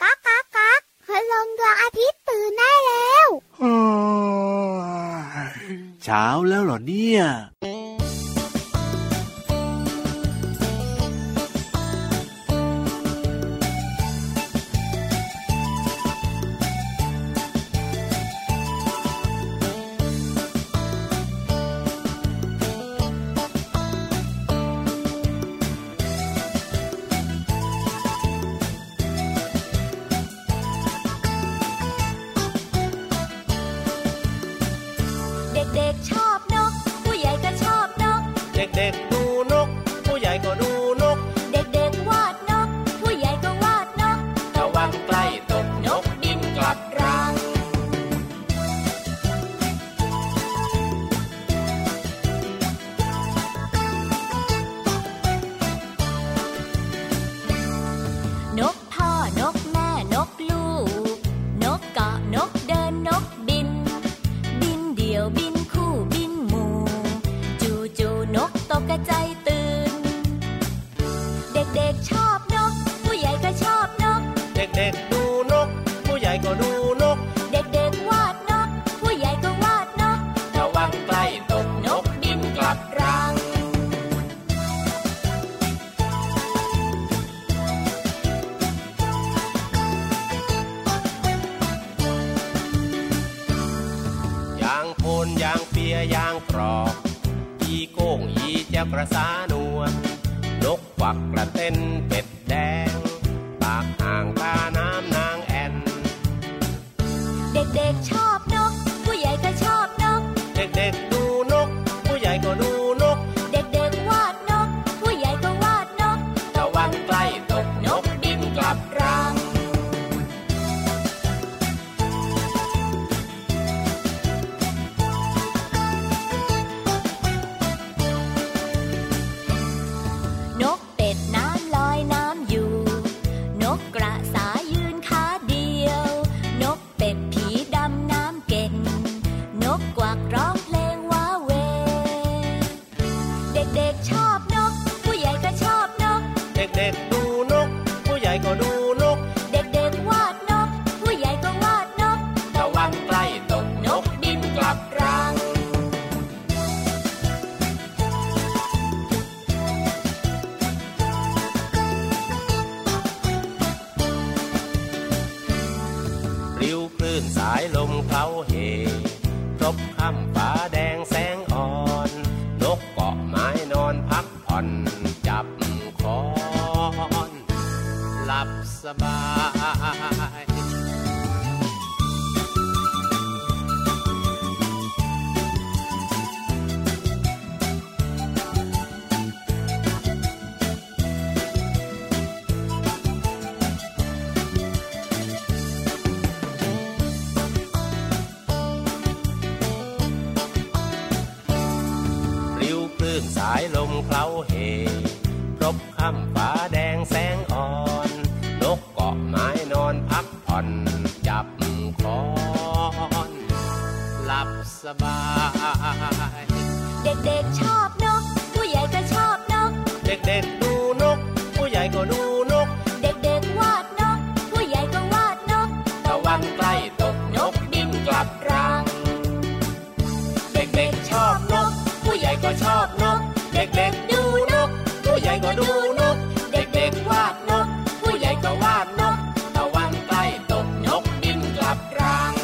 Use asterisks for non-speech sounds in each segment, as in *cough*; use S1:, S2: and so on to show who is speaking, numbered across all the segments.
S1: ก๊ากก๊ากก๊ากพลงดวงอาทิตย์ตื่นได้แล้ว
S2: เช้าแล้วเหรอเนี่ย
S3: เด็กๆชอบนก ผู้ใหญ่ก็ชอบนก
S4: เด็กๆดูนก ผู้ใหญ่ก็ดูนก
S3: เด็กๆวาดนก ผู้ใหญ่ก็วาดนก
S4: ระวังใกล้ตกนกบินกลับรัง
S3: นกพ่อนกแม่นกลูก นกเกาะนกเดินนกบิน บินเดี่ยวบินคู่บินหมู่ จูจูๆนกตกกระใจายตื่น เด็กๆชอบนก ผู้ใหญ่ก็ชอบนก
S4: เด็กๆดูนก ผู้ใหญ่ก็ดูนก
S3: เด็กๆวาดนก ผู้ใหญ่ก็วาดนก
S4: ระวังใกล้ตกนกบินกลับรัง ยางโพนยางเปียยางกรอกอีโก้งอีแจ้วกระสานัวนกควักกระเต้นเป็ดแดง ปากห่างตาน้ำนางแอน
S3: เด็กๆชอบนก ผู้ใหญ่ก็ชอบนก
S4: เด็กๆดูนก ผู้ใหญ่ก็ดูนก
S3: เด็กๆวาดนก ผู้ใหญ่ก็วาดนก
S4: ตะวันใกล้ตกนกบินกลับรัง
S3: นกเป็ดน้ำลอยน้ำอยู่ นกกระสายืนขาเดียว นกเป็ดผีดำน้ำเก่ง นกกวักร้องเพลงว้าเหวเด็กๆชอบนก ผู้ใหญ่ก็ชอบนก
S4: เด็กๆดูนก ผู้ใหญ่ก็ดูนก
S3: เด็กๆวาดนก ผู้ใหญ่ก็วาดนก
S4: ตะวันใกล้ตกนกบินกลับรัง ปลิวคลื่นสายลมเคล้าเหครบค่ำฟ้าแดงแสงอ่อน นกเกาะไม้นอนพักผ่อน จับคอน หลับสบาย ริ้วคลื่นสายลมเคล้าเหครบค่ำฟ้าแดงแสงอ่อน นกเกาะไม้นอนพักผ่อน จับคอน หลับสบาย
S3: เด็กๆชอบนก ผู้ใหญ่ก็ชอบนก
S4: เด็กๆดูนก ผู้ใหญ่ก็ดูนก
S3: เด็กๆวาดนก ผู้ใหญ่ก็วาดนก
S4: ตะวันใกล้ตกนกบินกลับรัง เด็กๆชอบนก ผู้ใหญ่ก็ชอบนก เด็กๆดูนก ผู้ใหญ่ก็ดูนก เด็กๆวาดนก ผู้ใหญ่ก็วาดนก ตะวันใกล้ตกนกบินกลับรัง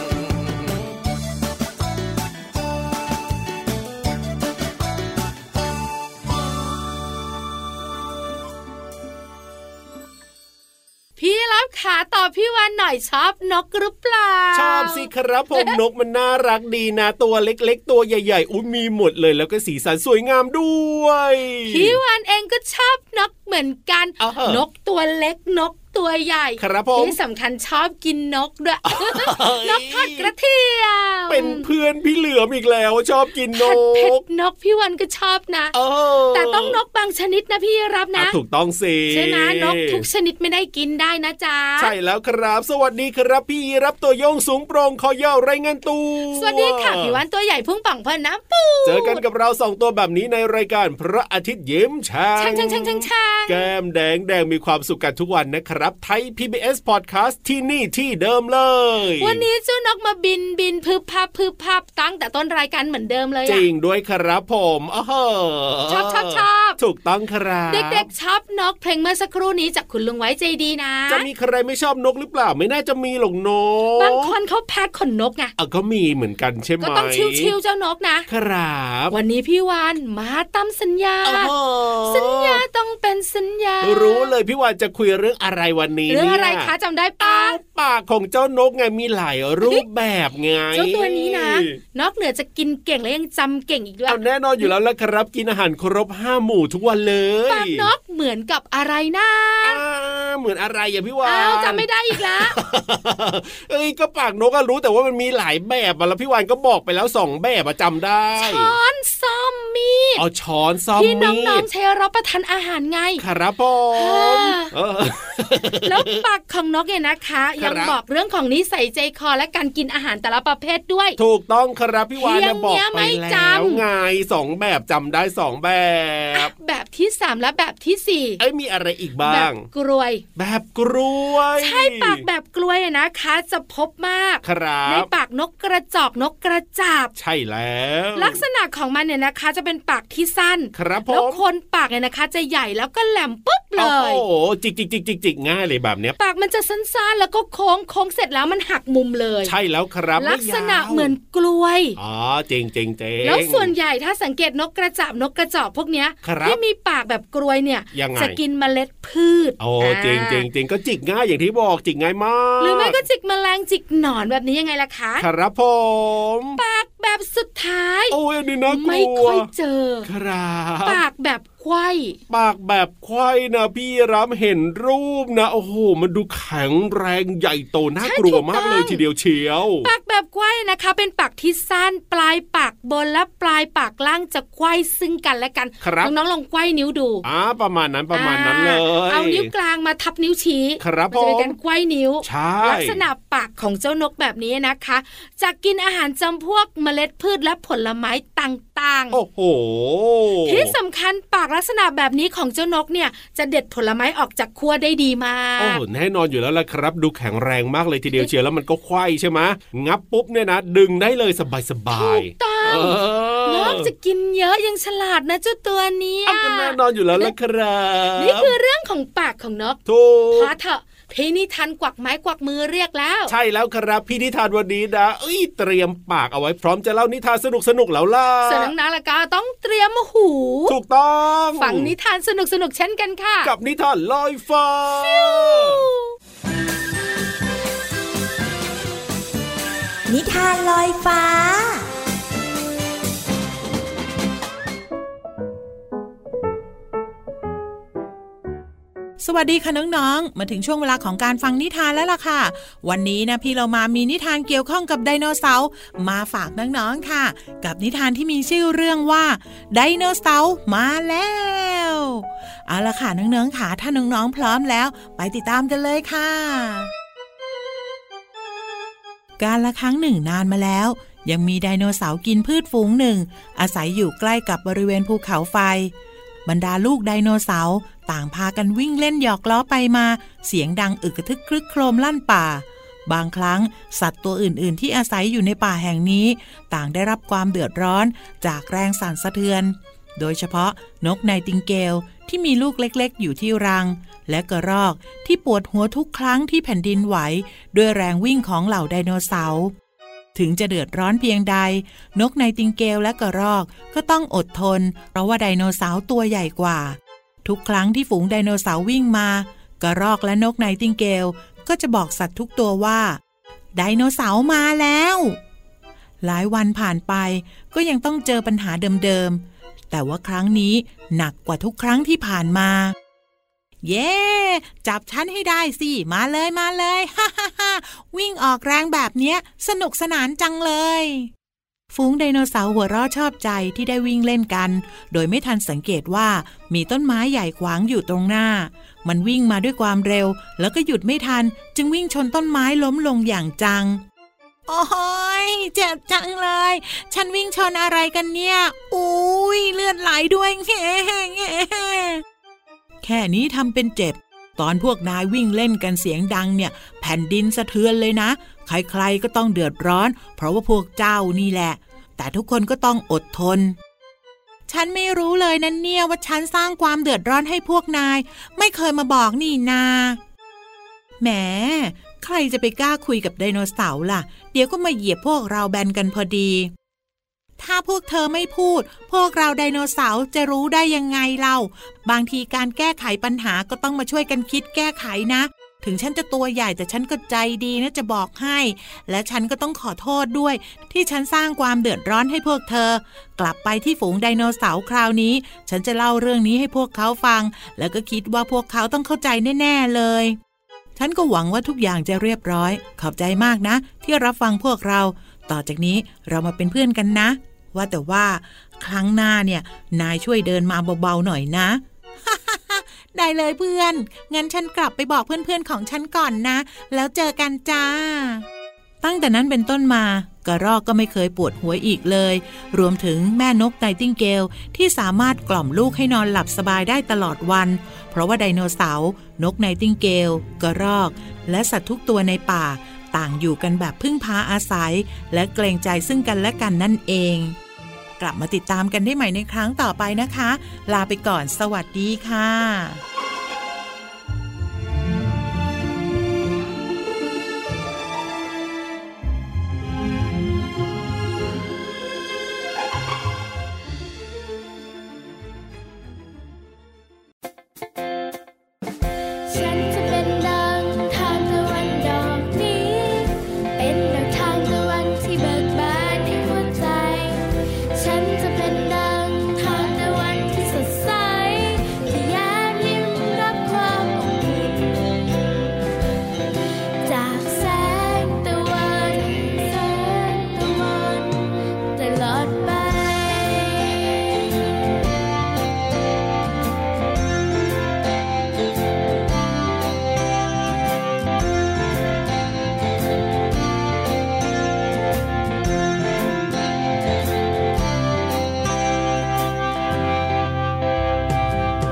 S5: พี่รับขาต่อพี่วันหน่อยชอบนกหรือเปล่า
S6: ชอบสิครับผมนกมันน่ารักดีนะตัวเล็ก ๆ ตัวใหญ่ ๆ อุ้ยมีหมดเลยแล้วก็สีสันสวยงามด้วย
S5: พี่วันเองก็ชอบนกเหมือนกัน
S6: อ้าวเหรอ
S5: นกตัวเล็กนก ตัวใหญ่
S7: ครับผม
S5: ที่สำคัญชอบกินนกด้วยนกทอดกระเทียม
S7: เป็นเพื่อนพี่เหลือมอีกแล้วชอบกินน
S5: ผัดเผ็
S7: ก
S5: ดนกพี่วันก็ชอบนะ
S7: เออ
S5: แต่ต้องนกบางชนิดนะพี่รับ
S7: อ่
S5: นะ
S7: ถูกต้องสิ
S5: ใช่ไหมนกทุกชนิดไม่ได้กินได้นะจ๊ะ
S7: ใช่แล้วครับ สวัสดีครับพี่รับตัวโยงสูงโปร่งคอยาวไรเงินตู
S5: สวัสดีค่ะพี่วันตัวใหญ่พุ่งป่องพอน้ำปู
S7: เจอกันกับเราสองตัวแบบนี้ในรายการพระอาทิตย์ยิ้มช่าง
S5: ช่างช่างช่างช่างช่าง
S7: แก้มแดงแดงมีความสุขกันทุกวันนะครับ ไทย PBS Podcast ที่นี่ที่เดิมเลย
S5: วันนี้เจ้านกมาบินบินพึบพับพึบพับตั้งแต่ต้นรายการเหมือนเดิมเลย
S7: จ
S5: อะ
S7: ริงด้วยครับผมอ้าวเหรอ
S5: ชอบชอบชอบ
S7: ถูกต้องครับ
S5: เด็กๆชอบนกเพลงเมื่อสักครู่นี้จากคุณลุงไว้ใจดีนะ
S7: จะมีใครไม่ชอบนกหรือเปล่าไม่น่าจะมีหรอกนก
S5: บางคนเขาแพ้ขนนกไง
S7: อ่ะก็มีเหมือนกันใช่ไหม
S5: ก็ต้องชิวๆเจ้านกนะ
S7: ครับ
S5: วันนี้พี่วานมาตามสัญญา
S7: โอ้โห
S5: สัญญาต้องเป็นสัญญา
S7: รู้เลยพี่วานจะคุยเรื่องอะไรวันนี้
S5: เรื่องอะไร
S7: นี่ย
S5: คะจำได้ปะ
S7: ปากของเจ้านกไงมีหลายรูปแบบไง
S5: เจ้าตัวนี้นะ นอกเหนือจะกินเก่งแล้วยังจำเก่งอีกด้วย
S7: เอาแน่นอนอยู่แล้วละครับกินอาหารครบห้าหมู่ทุกวันเลย
S5: ปากนกเหมือนกับอะไรนะ
S7: อ่าเหมือนอะไรอย่าพี่วาน
S5: อ้าวจำไม่ได้อีกแล้ว
S7: เอ้ยก็ปากนกก็รู้แต่ว่ามันมีหลายแบบอะแล้วพี่วานก็บอกไปแล้วสองแบบอะจำได้
S5: ช้อนซ่อมมีด
S7: เอาช้อนซ่อม
S5: ที่
S7: มี
S5: น้อง
S7: ด
S5: ๆใช้รับประทานอาหารไง
S7: ครับผม
S5: อ่า
S7: เออ
S5: แล้วปากของนกเนี่ยนะคะ
S7: ครับ
S5: ยังบอกเรื่องของนิสัยใจคอและการกินอาหารแต่ละประเภทด้วย
S7: ถูกต้องครับพี่วาน
S5: เพีย
S7: นะ
S5: ง
S7: บอก
S5: เนี้ย
S7: ไป
S5: ไม่จ
S7: แล้ว
S5: ำ
S7: ไงสองแบบจำได้สองแบบ
S5: แบบที่สามและแบบที่สี่
S7: เอ้ยมีอะไรอี
S5: แบบ
S7: ก้า
S5: บ
S7: ง
S5: กรวย
S7: แบบกล้วย
S5: ใช่ปากแบบกลวยอะนะคะ จะพบมาก
S7: ครั
S5: ใน
S7: บ
S5: ปากนกกระจอกนกกระจาบ
S7: ใช่แล้ว
S5: ลักษณะของมันเนี่ยนะคะ จะเป็นปากที่สั้น
S7: ครับผ
S5: แล้ว
S7: ม
S5: โคนปากเนี่ยนะคะ จะใหญ่แล้วก็แหลมปุ๊บเล
S7: โอ้
S5: ย
S7: โหจิกจิกจิกจิกจิกง่ายเลยแบบเนี้ย
S5: ปากมันจะสั้นๆ แล้วก็โค้งโค้งเสร็จแล้วมันหักมุมเลย
S7: ใช่แล้วครับ
S5: ลักษณะ
S7: ไยาว
S5: เหมือนกล้วย
S7: อ๋อเจงเจงเจง
S5: แล้วส่วนใหญ่ถ้าสังเกตนกกระจาบนกกระจอกพวกเนี้ย
S7: ครับ
S5: ที่มีปากแบบกรวยเนี่ย
S7: ยังไง
S5: จะกินเมล็ดพืช
S7: โอ้
S5: า
S7: เจงเจงเจงก็จิกง่ายอย่างที่บอกจิกง่ายมาก
S5: หรือไม่ก็จิกแมลงจิกหนอนแบบนี้ยังไงล่ะคะ
S7: ครับผม
S5: ปากแบบสุดท้าย
S7: โอ้ยอันนี้น่ากลัว
S5: ไม่ค่อยเจอ
S7: ครับ
S5: ปากแบบไขว้
S7: ปากแบบไขว้นะพี่รับเห็นรูปนะ โอ้โห มันดูแข็งแรงใหญ่โตน่ากลัวมากเลยทีเดียวเชียว
S5: ปากแบบไขว้นะคะ เป็นปากที่สั้นปลายปากบนและปลายปากล่างจะไขว้ซึ่งกันและกัน
S7: ครับ
S5: น้องๆลองไขว้นิ้วดู
S7: อ่าประมาณนั้นประมาณนั้นเลย
S5: อ่าเอานิ้วกลางมาทับนิ้วชี้
S7: ครับ
S5: มันจะเป็น
S7: ผม
S5: การไขว้นิ้ว
S7: ใช่
S5: ลักษณะปากของเจ้านกแบบนี้นะคะ จะกินอาหารจำพวกเมล็ดพืชและผลไม้ต่าง
S7: โอ้โห
S5: ๆ ที่สำคัญปากลักษณะแบบนี้ของเจ้านกเนี่ย จะเด็ดผลไม้ออกจากขั้วได้ดีมา
S7: โอ้
S5: ก
S7: โหแน่นอนอยู่แล้วล่ะครับ ดูแข็งแรงมากเลยทีเดียวเชียวแล้วมันก็ไขว้ใช่ไหมงับปุ๊บเนี่ยนะ ดึงได้เลยสบายสบา
S5: ถู
S7: ย
S5: กต้อง
S7: เ
S5: นอกจากกินเยอะยังฉลาดนะเจ้าตัวเนี้ย
S7: อ่ะก็แน่นอนอยู่แล้วล่ะครับ
S5: นี่คือเรื่องของปากของนก
S7: ถูก
S5: พอเถอะพี่นิทานกวักไม้กวักมือเรียกแล้ว
S7: ใช่แล้วครับพี่นิทานวันนี้นะเอ้ยเตรียมปากเอาไว้พร้อมจะเล่านิทานสนุกสนุกๆแล้วล่ะ
S5: ส่วนน้องๆล่ะก็ต้องเตรียมหู
S7: ถูกต้อง
S5: ฟังนิทานสนุกๆเช่นกันค่ะ
S7: กับนิทานลอยฟ้า
S3: นิทานลอยฟ้า
S8: สวัสดีค่ะน้องๆ มาถึงช่วงเวลาของการฟังนิทานแล้วล่ะค่ะ วันนี้นะพี่เรามามีนิทานเกี่ยวข้องกับไดโนเสาร์มาฝากน้องๆค่ะ กับนิทานที่มีชื่อเรื่องว่าไดโนเสาร์มาแล้วเอาล่ะค่ะน้องๆค่ะถ้าน้องๆพร้อมแล้ว ไปติดตามกันเลยค่ะ การละครั้งหนึ่งนานมาแล้ว ยังมีไดโนเสาร์กินพืชฝูงหนึ่ง อาศัยอยู่ใกล้กับบริเวณภูเขาไฟ บรรดาลูกไดโนเสาร์ต่างพากันวิ่งเล่นหยอกล้อไปมา เสียงดังอึกกระทึกครึกโครมลั่นป่า บางครั้งสัตว์ตัวอื่น ๆ ที่อาศัยอยู่ในป่าแห่งนี้ ต่างได้รับความเดือดร้อนจากแรงสั่นสะเทือน โดยเฉพาะนกไนติงเกลที่มีลูกเล็ก ๆ อยู่ที่รัง และกระรอกที่ปวดหัวทุกครั้งที่แผ่นดินไหว ด้วยแรงวิ่งของเหล่าไดโนเสาร์ ถึงจะเดือดร้อนเพียงใด นกไนติงเกลและกระรอกก็ต้องอดทน เพราะว่าไดโนเสาร์ตัวใหญ่กว่า ทุกครั้งที่ฝูงไดโนเสาร์วิ่งมา กระรอกและนกไนติงเกลก็จะบอกสัตว์ทุกตัวว่า ไดโนเสาร์มาแล้ว หลายวันผ่านไปก็ยังต้องเจอปัญหาเดิมๆ แต่ว่าครั้งนี้หนักกว่าทุกครั้งที่ผ่านมา เย้ จับฉันให้ได้สิ มาเลยมาเลย *laughs* ฮ่าฮ่าฮ่าวิ่งออกแรงแบบเนี้ย สนุกสนานจังเลย ฝูงไดโนเสาร์หัวเราะชอบใจที่ได้วิ่งเล่นกัน โดยไม่ทันสังเกตว่ามีต้นไม้ใหญ่ขวางอยู่ตรงหน้า มันวิ่งมาด้วยความเร็ว แล้วก็หยุดไม่ทัน จึงวิ่งชนต้นไม้ล้มลงอย่างจัง โอ้ยเจ็บจังเลย ฉันวิ่งชนอะไรกันเนี่ย อุ้ยเลือดไหลด้วย *laughs* แง่แง่แค่นี้ทำเป็นเจ็บ ตอนพวกนายวิ่งเล่นกันเสียงดังเนี่ย แผ่นดินสะเทือนเลยนะ ใครๆก็ต้องเดือดร้อน เพราะว่าพวกเจ้านี่แหละ แต่ทุกคนก็ต้องอดทน ฉันไม่รู้เลยนั่นเนี่ยว่าฉันสร้างความเดือดร้อนให้พวกนาย ไม่เคยมาบอกนี่นา แหม ใครจะไปกล้าคุยกับไดโนเสาร์ล่ะ เดี๋ยวก็มาเหยียบพวกเราแบนกันพอดี ถ้าพวกเธอไม่พูด พวกเราไดโนเสาร์จะรู้ได้ยังไงเรา บางทีการแก้ไขปัญหาก็ต้องมาช่วยกันคิดแก้ไขนะ ถึงฉันจะตัวใหญ่แต่ฉันก็ใจดีนะจะบอกให้ และฉันก็ต้องขอโทษด้วย ที่ฉันสร้างความเดือดร้อนให้พวกเธอ กลับไปที่ฝูงไดโนเสาร์คราวนี้ ฉันจะเล่าเรื่องนี้ให้พวกเขาฟัง แล้วก็คิดว่าพวกเขาต้องเข้าใจแน่ๆเลย ฉันก็หวังว่าทุกอย่างจะเรียบร้อย ขอบใจมากนะ ที่รับฟังพวกเรา ต่อจากนี้เรามาเป็นเพื่อนกันนะ ว่าแต่ว่า ครั้งหน้าเนี่ย นายช่วยเดินมาเบาๆหน่อยนะ *laughs* ได้เลยเพื่อน งั้นฉันกลับไปบอกเพื่อนๆของฉันก่อนนะ แล้วเจอกันจ้า ตั้งแต่นั้นเป็นต้นมากระรอกก็ไม่เคยปวดหัวอีกเลย รวมถึงแม่นกไนติงเกลที่สามารถกล่อมลูกให้นอนหลับสบายได้ตลอดวัน เพราะว่าไดโนเสาร์นกไนติงเกลกระรอก และสัตว์ทุกตัวในป่า ต่างอยู่กันแบบพึ่งพาอาศัย และเกรงใจซึ่งกันและกันนั่นเอง กลับมาติดตามกันได้ใหม่ในครั้งต่อไปนะคะ ลาไปก่อนสวัสดีค่ะ
S3: ฉันจะเป็นดังทานตะวันดอกนี้ เป็นดังทานตะวันที่เบิกบานในหัวใจ ฉันจะเป็นดังทานตะวันที่สดใสที่แย้มยิ้มรับความอบอุ่นจากแสงตะวันแสงตะวันตลอดไป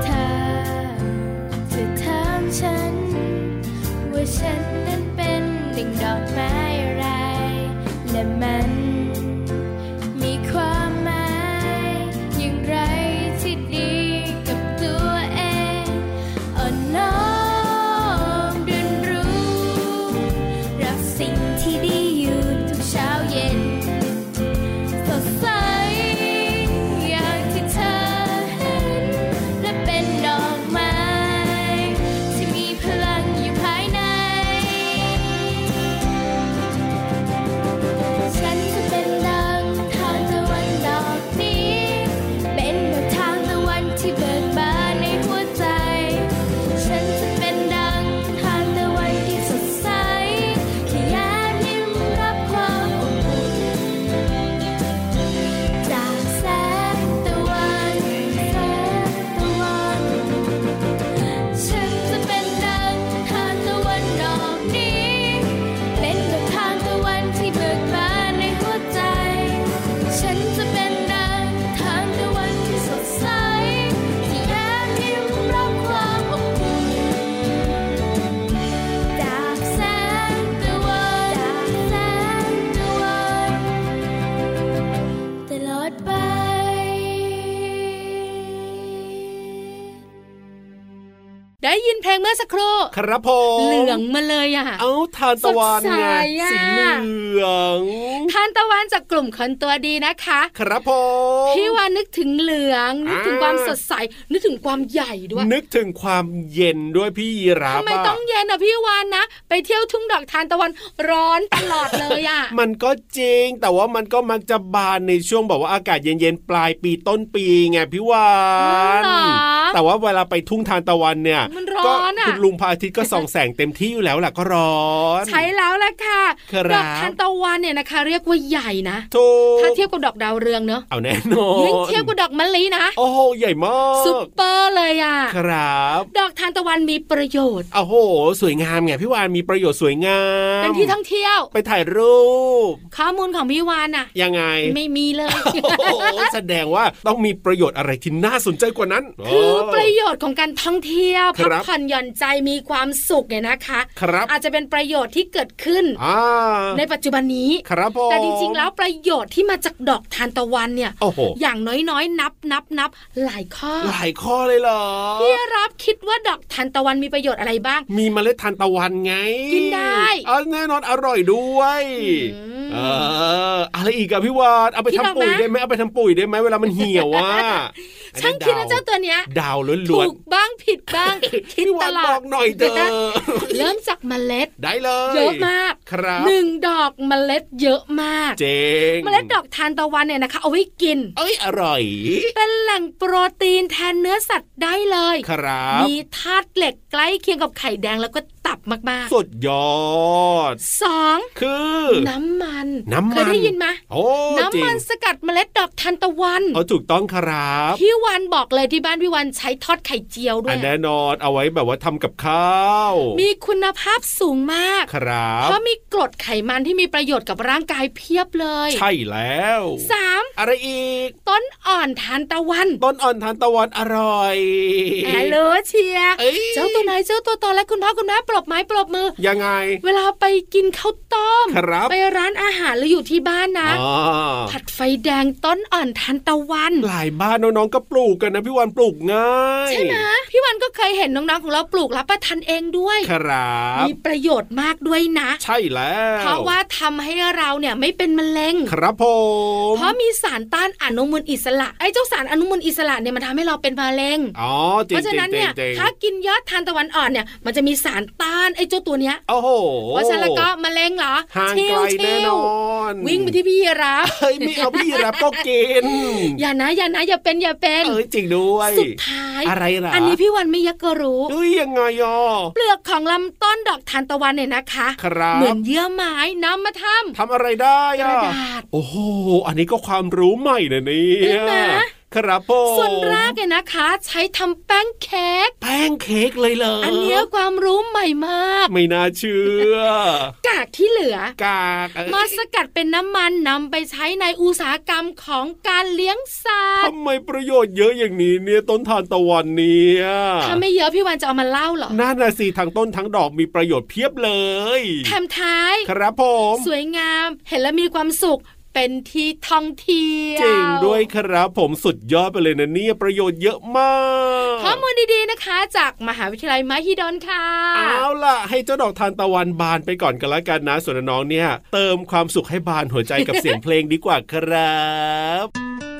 S3: เธอจะถามฉัน ว่าฉันนั้นเป็นดึงดอกไม้อะไร และมันมีความหมายอย่างไรที่ดีกับตัวเองอ่อนน้อมเรียนรู้ รับสิ่งที่ดีอยู่ทุกเช้าเย็น สดใสอย่างที่เธอเห็น และเป็นดอกไม้ที่มีพลังอยู่ภายใน
S5: เพลงเมื่อสักครู่
S7: ครับผม
S5: เหลืองมาเลยอ่ะ
S7: เอ้าทานตะวัน
S5: สด
S7: ไง
S5: ใสอะ
S7: สีเหลือง
S5: ทานตะวันจากกลุ่มคนตัวดีนะคะ
S7: ครับผม
S5: พี่วานนึกถึงเหลือง นึกถึง
S7: อ่า
S5: ความสดใส นึกถึงความใหญ่ด้วย
S7: นึกถึงความเย็นด้วยพี่ยีราฟ
S5: ทำไม
S7: อะ
S5: ต้องเย็นอ่ะพี่วานนะ ไปเที่ยวทุ่งดอกทานตะวันร้อนตลอดเลยอ่ะ
S7: มันก็จริง แต่ว่ามันก็มักจะบานในช่วงแบบว่าอากาศเย็นๆปลายปีต้นปีไงพี่วาน
S5: อ๋อเหรอ
S7: แต่ว่าเวลาไปทุ่งทานตะวันเนี่ย
S5: มันร้
S7: ก็
S5: อนอะ
S7: คุณลุงพระอาทิตย์ก็ส่องแสงเต็มที่อยู่แล้วล่ะก็ร้อน
S5: ใช้แล้วละค่ะ
S7: ครับ
S5: ดอกทานตะวันเนี่ยนะคะ เรียกว่าใหญ่นะ
S7: ถูก
S5: ถ้าเทียบกับดอกดาวเรืองเนอะ
S7: เอาแน่นอน
S5: ยิ่งเทียบกับดอกมะลินะ
S7: โอ้โหใหญ่มา
S5: ซุป
S7: ก
S5: เปอร์เลยอ่ะ
S7: ครับ
S5: ดอกทานตะวันมีประโยชน์
S7: โอ้โห สวยงามไงพี่วานมีประโยชน์สวยงาม
S5: เป็นที่ท่องเที่ยว
S7: ไปถ่ายรูป
S5: ข้อมูลของพี่วานอ่ะ
S7: ยังไง
S5: ไม่มีเลย
S7: *laughs* โอ้โหแสดงว่าต้องมีประโยชน์อะไรที่น่าสนใจกว่านั้น
S5: คือประโยชน์ของการท่องเที่ยว
S7: ครั
S5: พั
S7: บ
S5: กผ่อนหย่อนใจมีความสุขเนี่ยนะคะ
S7: ครับ
S5: อาจจะเป็นประโยชน์ที่เกิดขึ้น
S7: อ่า
S5: ในปัจจุบันนี้
S7: ครับผม
S5: แต่จริงๆแล้วประโยชน์ที่มาจากดอกทานตะวันเนี่ย
S7: โอ้โห
S5: อย่างน้อยๆ นับนับนับหลายข้อ
S7: หลายข้อเลยเหรอ
S5: พี่รับคิดว่าดอกทานตะวันมีประโยชน์อะไรบ้าง
S7: มีเมล็ดทานตะวันไง
S5: กินได้
S7: อ๋อแน่นอนอร่อยด้วย
S5: อืม
S7: เอออะไรอีกอะพี่วานเอาไป
S5: คิดออก
S7: ทำปุ๋ย
S5: ไหม
S7: ได้ไหมเอาไปทำปุ๋ยได้ไหมเวลามันเหี่ยวอะ
S5: *laughs*
S7: อั
S5: ช่างคิดนะเจ้าตัวเนี้ย
S7: ดาวล้
S5: ถู
S7: วน
S5: กบ้างผิดบ้าง
S7: *laughs* ๆ
S5: คิด
S7: พี่วา
S5: ต
S7: น
S5: ล
S7: บ
S5: อ
S7: อ
S5: ด
S7: กหน่อยเถอะ
S5: เริ่มจากเมล็ด
S7: ได้เลย
S5: เยอะมาก
S7: ครับ
S5: หนึ่งดอกเมล็ดเยอะมาก
S7: เจ๋ง
S5: เมล็ดดอกทานตะวันเนี่ยนะคะ เอาไว้กิน
S7: เอ้ยอร่อย
S5: เป็นแหล่งโปรตีนแทนเนื้อสัตว์ได้เลย
S7: ครับ
S5: มีธาตุเหล็กใกล้เคียงกับไข่แดงแล้วก็ตับมาก
S7: สุดยอด
S5: ๆสอง
S7: คือ
S5: น้ำมัน
S7: น้ำมัน
S5: เคยได้ยินไหม
S7: โอ้
S5: น้ำ
S7: จริง
S5: มันสกัดเมล็ดดอกทานตะวัน
S7: *laughs* เอาถูกต้องครับ
S5: พี่วันบอกเลยที่บ้านพี่วันใช้ทอดไข่เจียวด้
S7: อั
S5: วย
S7: นแน่นอนเอาไว้แบบว่าทำกับข้าว
S5: มีคุณภาพสูงมาก
S7: ครับ
S5: เพราะมีกรดไขมันที่มีประโยชน์กับร่างกายเพียบเลย
S7: ใช่แล้ว
S5: สาม
S7: อะไรอีก
S5: ต้นอ่อนทานตะวัน
S7: ต้นอ่อนทานตะวันอร่อย
S5: แอโลเชียร์
S7: เอ้ย
S5: เจ้าตัวไหนเจ้าตัวโตและคุณพ่อคุณแม่ปรบไม้ปรบมือ
S7: ยังไง
S5: เวลาไปกินข้าวต้ม
S7: ครับ
S5: ไปร้านอาหารหรืออยู่ที่บ้านนะ
S7: อ๋อ
S5: ผัดไฟแดงต้นอ่อนทานตะวัน
S7: หลายบ้านน้องๆก็ปลูกกันนะพี่วันปลูกง่าย
S5: ใช่ไหมพี่วันก็เคยเห็นน้องๆของเราปลูกรับประทานเองด้วย
S7: ครับ
S5: มีประโยชน์มากด้วยนะ
S7: ใช่แล้ว
S5: เพราะว่าทำให้เราเนี่ยไม่เป็นมะเร็ง
S7: ครับผม
S5: เพราะมีสารต้านอนุมูลอิสระไอ้เจ้าสารอนุมูลอิสระเนี่ยมันทำให้เราเป็นมะเร็ง
S7: อ๋อจริ
S5: เพ
S7: ง
S5: ราะฉะนั้นเนี่ย
S7: จริงๆๆ
S5: ถ้ากินยอดทานตะวันอ่อนเนี่ย มันจะมีสารต้านไอ้เจ้าตัวเนี้ย
S7: โอ้โห
S5: เพราะฉะนั้นแล้วก็มะเร็งเหรอ
S7: ห่าง
S5: ชิ
S7: ไก
S5: ว
S7: ล
S5: ๆ
S7: แน่นอน
S5: วิ่งไปที่พี่รับ
S7: เฮ้ยไม่เอาพี่รับก็กิน
S5: อย่านะอย่านะอย่าเป็นอย่าเป็น
S7: เอ้ยจริงด้วย
S5: สุดท้าย
S7: อะไรล่ะ
S5: อันนี้พี่วันไม่ยักก็รู้
S7: เฮ้ยยังไงยอ
S5: เปลือกของลำต้นดอกทานตะวันเนี่ยนะคะ
S7: ครับ
S5: เหมือนเยื่อไม้นำมาท
S7: ทำอะไรได้
S5: ำก
S7: อะ
S5: ระดาษ
S7: โอ้โหอันนี้ก็ความรู้ใหม่นะเนี่
S5: เห็
S7: ย
S5: นไหม
S7: ครับผม
S5: ส่วนรากเนี่ยนะคะ ใช้ทำแป้งเค้ก
S7: แป้งเค้กเลยเหรอ
S5: อั
S7: อั
S5: นเนี้ยความรู้ใหม่มาก
S7: ไม่น่าเชื่
S5: *laughs*
S7: อก
S5: ากที่เหลือ
S7: กากเอ้ย
S5: มาสกัดเป็นน้ำมันนำไปใช้ในอุตสาหกรรมของการเลี้ยงสัตว์
S7: ทำไมประโยชน์เยอะอย่างนี้เนี่ยต้นทานตะวันเนี่ย
S5: ถ้าไม่เยอะพี่วันจะเอามาเล่าเหรอ
S7: น่าน่ะสิทั้งต้นทั้งดอกมีประโยชน์เพียบเลย
S5: แถมท้าย
S7: ครับผม
S5: สวยงามเห็นแล้วมีความสุขเป็นที่ท่องเที่ยว
S7: จริงด้วยครับผมสุดยอดไปเลยนะเนี่ยประโยชน์เยอะมาก
S5: ข้อมูลดีๆนะคะ จากมหาวิทยาลัยมหิดลค่ะ
S7: เอาล่ะ ให้เจ้าดอกทานตะวันบานไปก่อนกันละกันนะ ส่วนน้องๆเนี่ย เติมความสุขให้บานหัวใจกับ เสียงเพลงดีกว่าครับ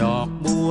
S4: ดอกบัว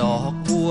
S9: ดอกบัว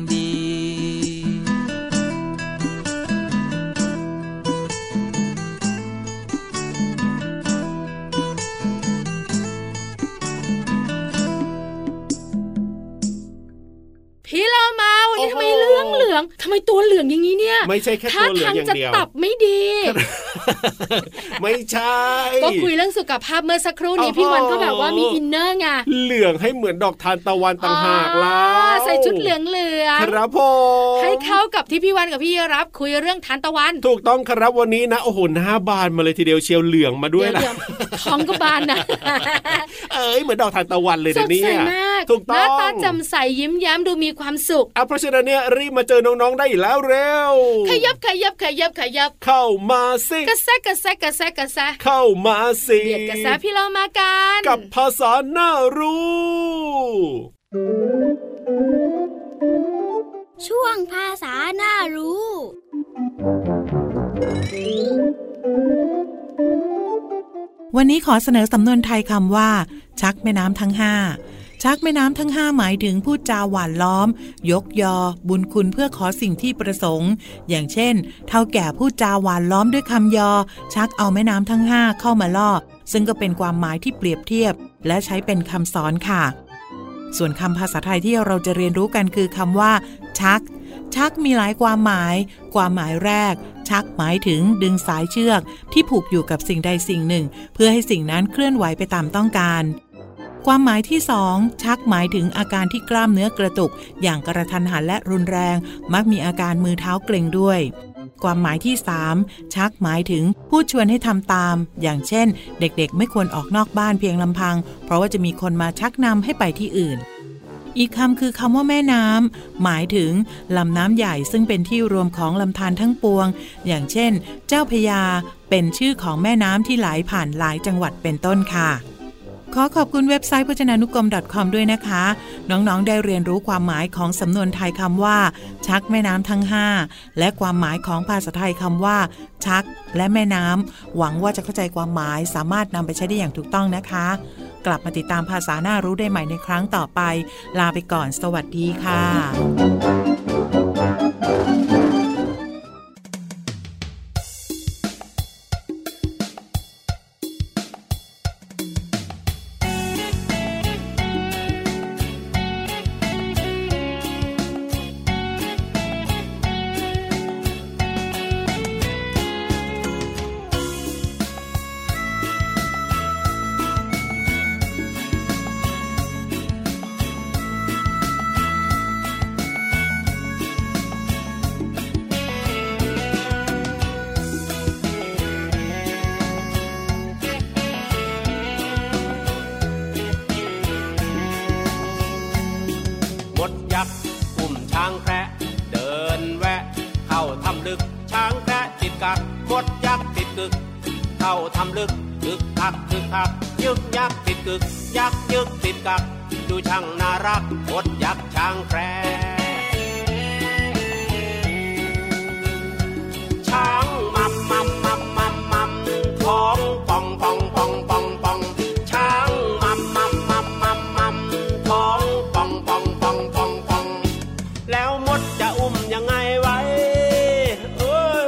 S9: ดี
S5: พี่เรามาวันนี้
S7: โอ้
S5: ทำ
S7: โห
S5: ไมเหลืองเหลืองทำไมตัวเหลืองอย่างนี้เนี่ย
S7: ไม่ใช่แค่
S5: ถ้า
S7: ตัวเหลือ
S5: ทาง ง
S7: อย่าง
S5: จะ
S7: เดียว
S5: ตับไม่ดี
S7: ไม่ใช่
S5: ก็คุยเรื่องสุขภาพเมื่อสักครู่นี้
S7: โอ้โห
S5: พี่วันก็แบบว่ามีอินเนอร์ไง
S7: เหลืองให้เหมือนดอกทานตะวันต่างหากแล้
S5: อ๋
S7: ว
S5: อใส่ชุดเหลืองเหลือง
S7: ครับผม
S5: ให้เข้ากับที่พี่วันกับพี่รับคุยเรื่องทานตะวัน
S7: ถูกต้องครับวันนี้นะโอ้โหหน้าบานมาเลยทีเดียวเชียวเหลืองมาด้วยนะ
S5: เดี๋ยวๆท้องก็บานนะ
S7: เอ้ยเหมือนดอกทานตะวันเลย
S5: ส
S7: นะ
S5: ด
S7: เนี่
S5: ใส
S7: ย
S5: มาก
S7: ถูก
S5: ห
S7: ต้
S5: น้า
S7: อง
S5: ตาแจำใสยิ้มแย้มดูมีความสุข
S7: เอาเพราะฉะนั้นเนี่ยรีบมาเจอน้องๆได้แล้วเร็ว
S5: ขยับขยับขยับขยับ
S7: เข้ามาสิ
S5: กระแซะกระแซะกระแซะกระแซะ
S7: เข้ามาสิ
S5: เบียดกระแซะพี่เรามากัน
S7: กับภาษาน่ารู้
S1: ช่วงภาษาน่ารู้
S8: วันนี้ขอเสนอสำนวนไทยคำว่า ชักแม่น้ำทั้งห้าชักแม่น้ำทั้งห้าหมายถึงพูดจาหวานล้อม ยกยอ บุญคุณเพื่อขอสิ่งที่ประสงค์ อย่างเช่น เท่าแก่พูดจาหวานล้อมด้วยคำยอ ชักเอาแม่น้ำทั้งห้าเข้ามาล่อ ซึ่งก็เป็นความหมายที่เปรียบเทียบ และใช้เป็นคำสอนค่ะ ส่วนคำภาษาไทยที่เราจะเรียนรู้กันคือคำว่า ชัก ชักมีหลายความหมาย ความหมายแรก ชักหมายถึงดึงสายเชือก ที่ผูกอยู่กับสิ่งใดสิ่งหนึ่ง เพื่อให้สิ่งนั้นเคลื่อนไหวไปตามต้องการ ความหมายที่ 2 ชักหมายถึงอาการที่กล้ามเนื้อกระตุก อย่างกระทันหันและรุนแรง มักมีอาการมือเท้าเกร็งด้วย ความหมายที่ 3 ชักหมายถึงพูดชวนให้ทำตาม อย่างเช่น เด็กๆ ไม่ควรออกนอกบ้านเพียงลำพัง เพราะว่าจะมีคนมาชักนำให้ไปที่อื่น อีกคำคือคำว่าแม่น้ำหมายถึงลำน้ำใหญ่ซึ่งเป็นที่รวมของลำธารทั้งปวง อย่างเช่น เจ้าพระยา เป็นชื่อของแม่น้ำที่ไหลผ่านหลายจังหวัดเป็นต้นค่ะ ขอขอบคุณเว็บไซต์พจนานุกรม .com ด้วยนะคะ น้องๆ ได้เรียนรู้ความหมายของสำนวนไทยคำว่า ชักแม่น้ำทั้ง 5 และความหมายของภาษาไทยคำว่า ชัก และแม่น้ำ หวังว่าจะเข้าใจความหมายสามารถนำไปใช้ได้อย่างถูกต้องนะคะ กลับมาติดตามภาษาหน้ารู้ได้ใหม่ในครั้งต่อไป ลาไปก่อน สวัสดีค่ะ
S4: มดยักษ์อุ้มช้างแคระเดินแวะ เข้าทำลึกช้างแคระติดกักมดยักษ์ติดกึก เข้าทำลึกลึกคักคึกคักยึกยักษ์ติดกึก ยักษ์ยึกติดกัก ดูช่างน่ารักมดยักษ์ช้างแคระช้างมัมมัมมัมมัมมัมท้องป่องป่องป่องป่องป่องช้างมัมมัมมัมมัมมัมท้องป่องป่องป่องป่องป่องแล้วมดจะอุ้มยังไงไว้เอ้ย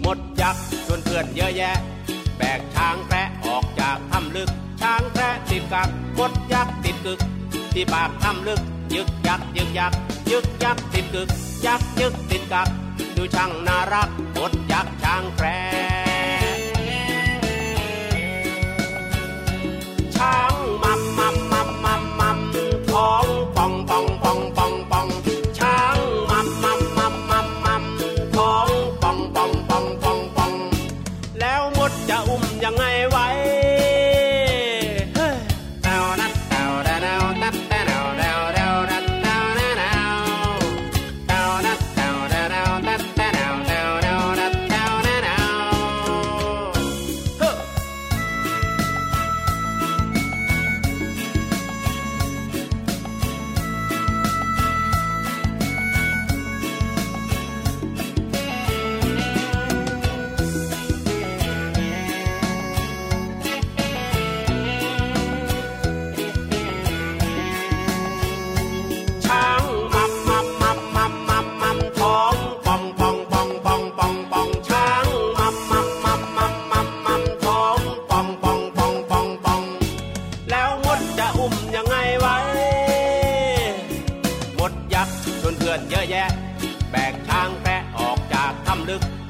S4: หมดยักษ์ชวนเพื่อนเยอะแยะ แบกช้างแคระออกจากถ้ำลึก ช้างแคระติดกักหมดยักษ์ติดกึก ที่ปากถ้ำลึก ยึกยักษ์ยึกยักษ์ยึกยักษ์ติดกึก ยักษ์ยึกติดกัก ดูช่างน่ารักหมดยักษ์ช้างแคระช้างมัมมัมมัมมัมมัมท้องป่องป่องป่องป่องป่องช้างมัมมัมมัมมัมมัมท้องป่องป่องป่องป่องป่องแล้วมดจะอุ้มยังไงไว้เฮ้ยแต้วนัดแต้วแต้วแต้วนัดแต้วแต้วแต้วแต้วนัดแต้วแต้วแต้วแต้วนัดแต้วแต้วแต้วนัดแต้วแต้วแต้วแต้วนัดแต้วแต้วแต้ว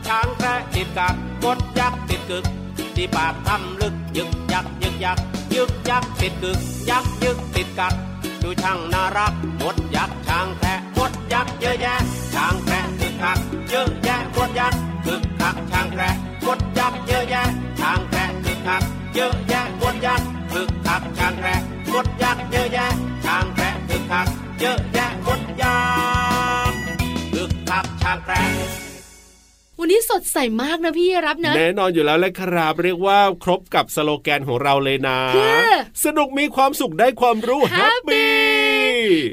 S4: ยักติดกึกที่ปากถ้ำลึกยึกยักยึกยักยึกยักติดกึก ยักยึกติดกัด ดูช่างน่ารักมดยักษ์ช้างแพะมดยักษ์เยอะแยะช้างแพะคึกคักเยอะแยะมดยักษ์คึกคักช้างแพะมดยักษ์เยอะแยะช้างแพะคึกคักเยอะแยะมดยักษ์คึกคักช้างแพะมดยักษ์เยอะแยะช้างแพะคึกคักเยอะแยะมดยักษ์คึกคักช้างแพะ
S5: วันนี้สดใสมากนะพี่รับนะ
S7: แน่นอนอยู่แล้วแหละครับ เรียกว่าครบกับสโลแกนของเราเลยนะ
S5: คือ
S7: สนุกมีความสุขได้ความรู้แฮปปี้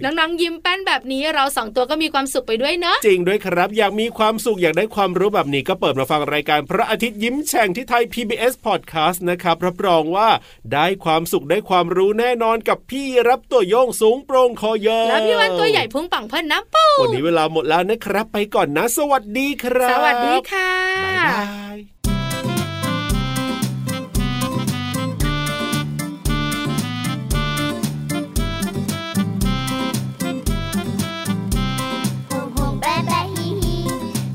S5: น้องๆยิ้มแป้นแบบนี้เราสองตัวก็มีความสุขไปด้วยเนาะ
S7: จริงด้วยครับ อยากมีความสุขอยากได้ความรู้แบบนี้ก็เปิดมาฟังรายการพระอาทิตย์ยิ้มแฉ่งที่ไทย PBS Podcast นะครับรับรองว่าได้ความสุขได้ความรู้แน่นอนกับพี่รับตัวโยงสูงโปร่งคอเยอะ
S5: แล้วพี่วันตัวใหญ่พุงป่องพ่นน้ำปู
S7: วันนี้เวลาหมดแล้วนะครับ ไปก่อนนะ สวัสดีครับ
S5: สวัสดีค่ะ
S7: บ๊ายบาย
S1: โหงโหงแบะแบะฮีฮี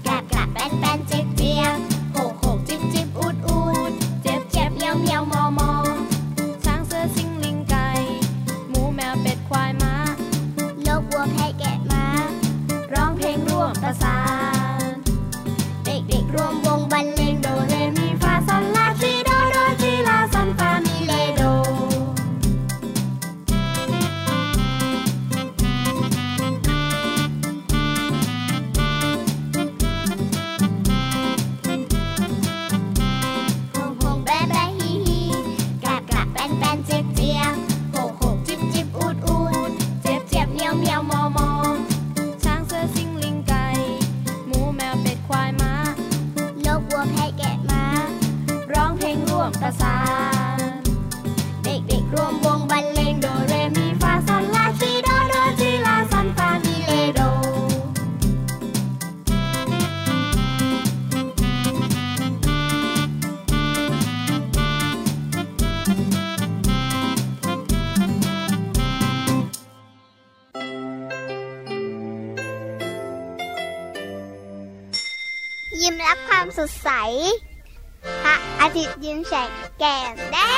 S1: กลับกลับแบนแบนเจี๊ยบเจี๊ยบโหงโหงจิ๊บจิ๊บอูดอูดเจ็บเจ็บเมียวเมียวมอมอ
S10: ช้างเสือสิงลิงไก่หมูแมวเป็ดควายม้า
S1: โลกวัวแพะแกะม้าร้องเพลงร่วมประสานเด็กๆรวมวงบรรเลงโดเรมีฟาซอนลาซีโดโดซีลาซันฟามิเลโด โหงโหงแบะแบะฮีฮีกลับกลับแบนแบนเจี๊ยบเจี๊ยบโหงโหงจิ๊บจิ๊บอูดอูดเจี๊ยบเจี๊ยบเมียวเมียวมอมอ
S10: ช้างเสือสิงลิงไก่หมูแมวเป็ดควายม้า
S1: โลกวัวแพะแกะม้าร้องเพลงร่วมประสานเด็กๆรวมวงบรรเลงโดเรมีฟาซอนลาซีโดโดซีลาซอนฟามิเลโด ยิ้มรับความสดใส พระอาทิตย์ยิ้มแฉกแก้มแดง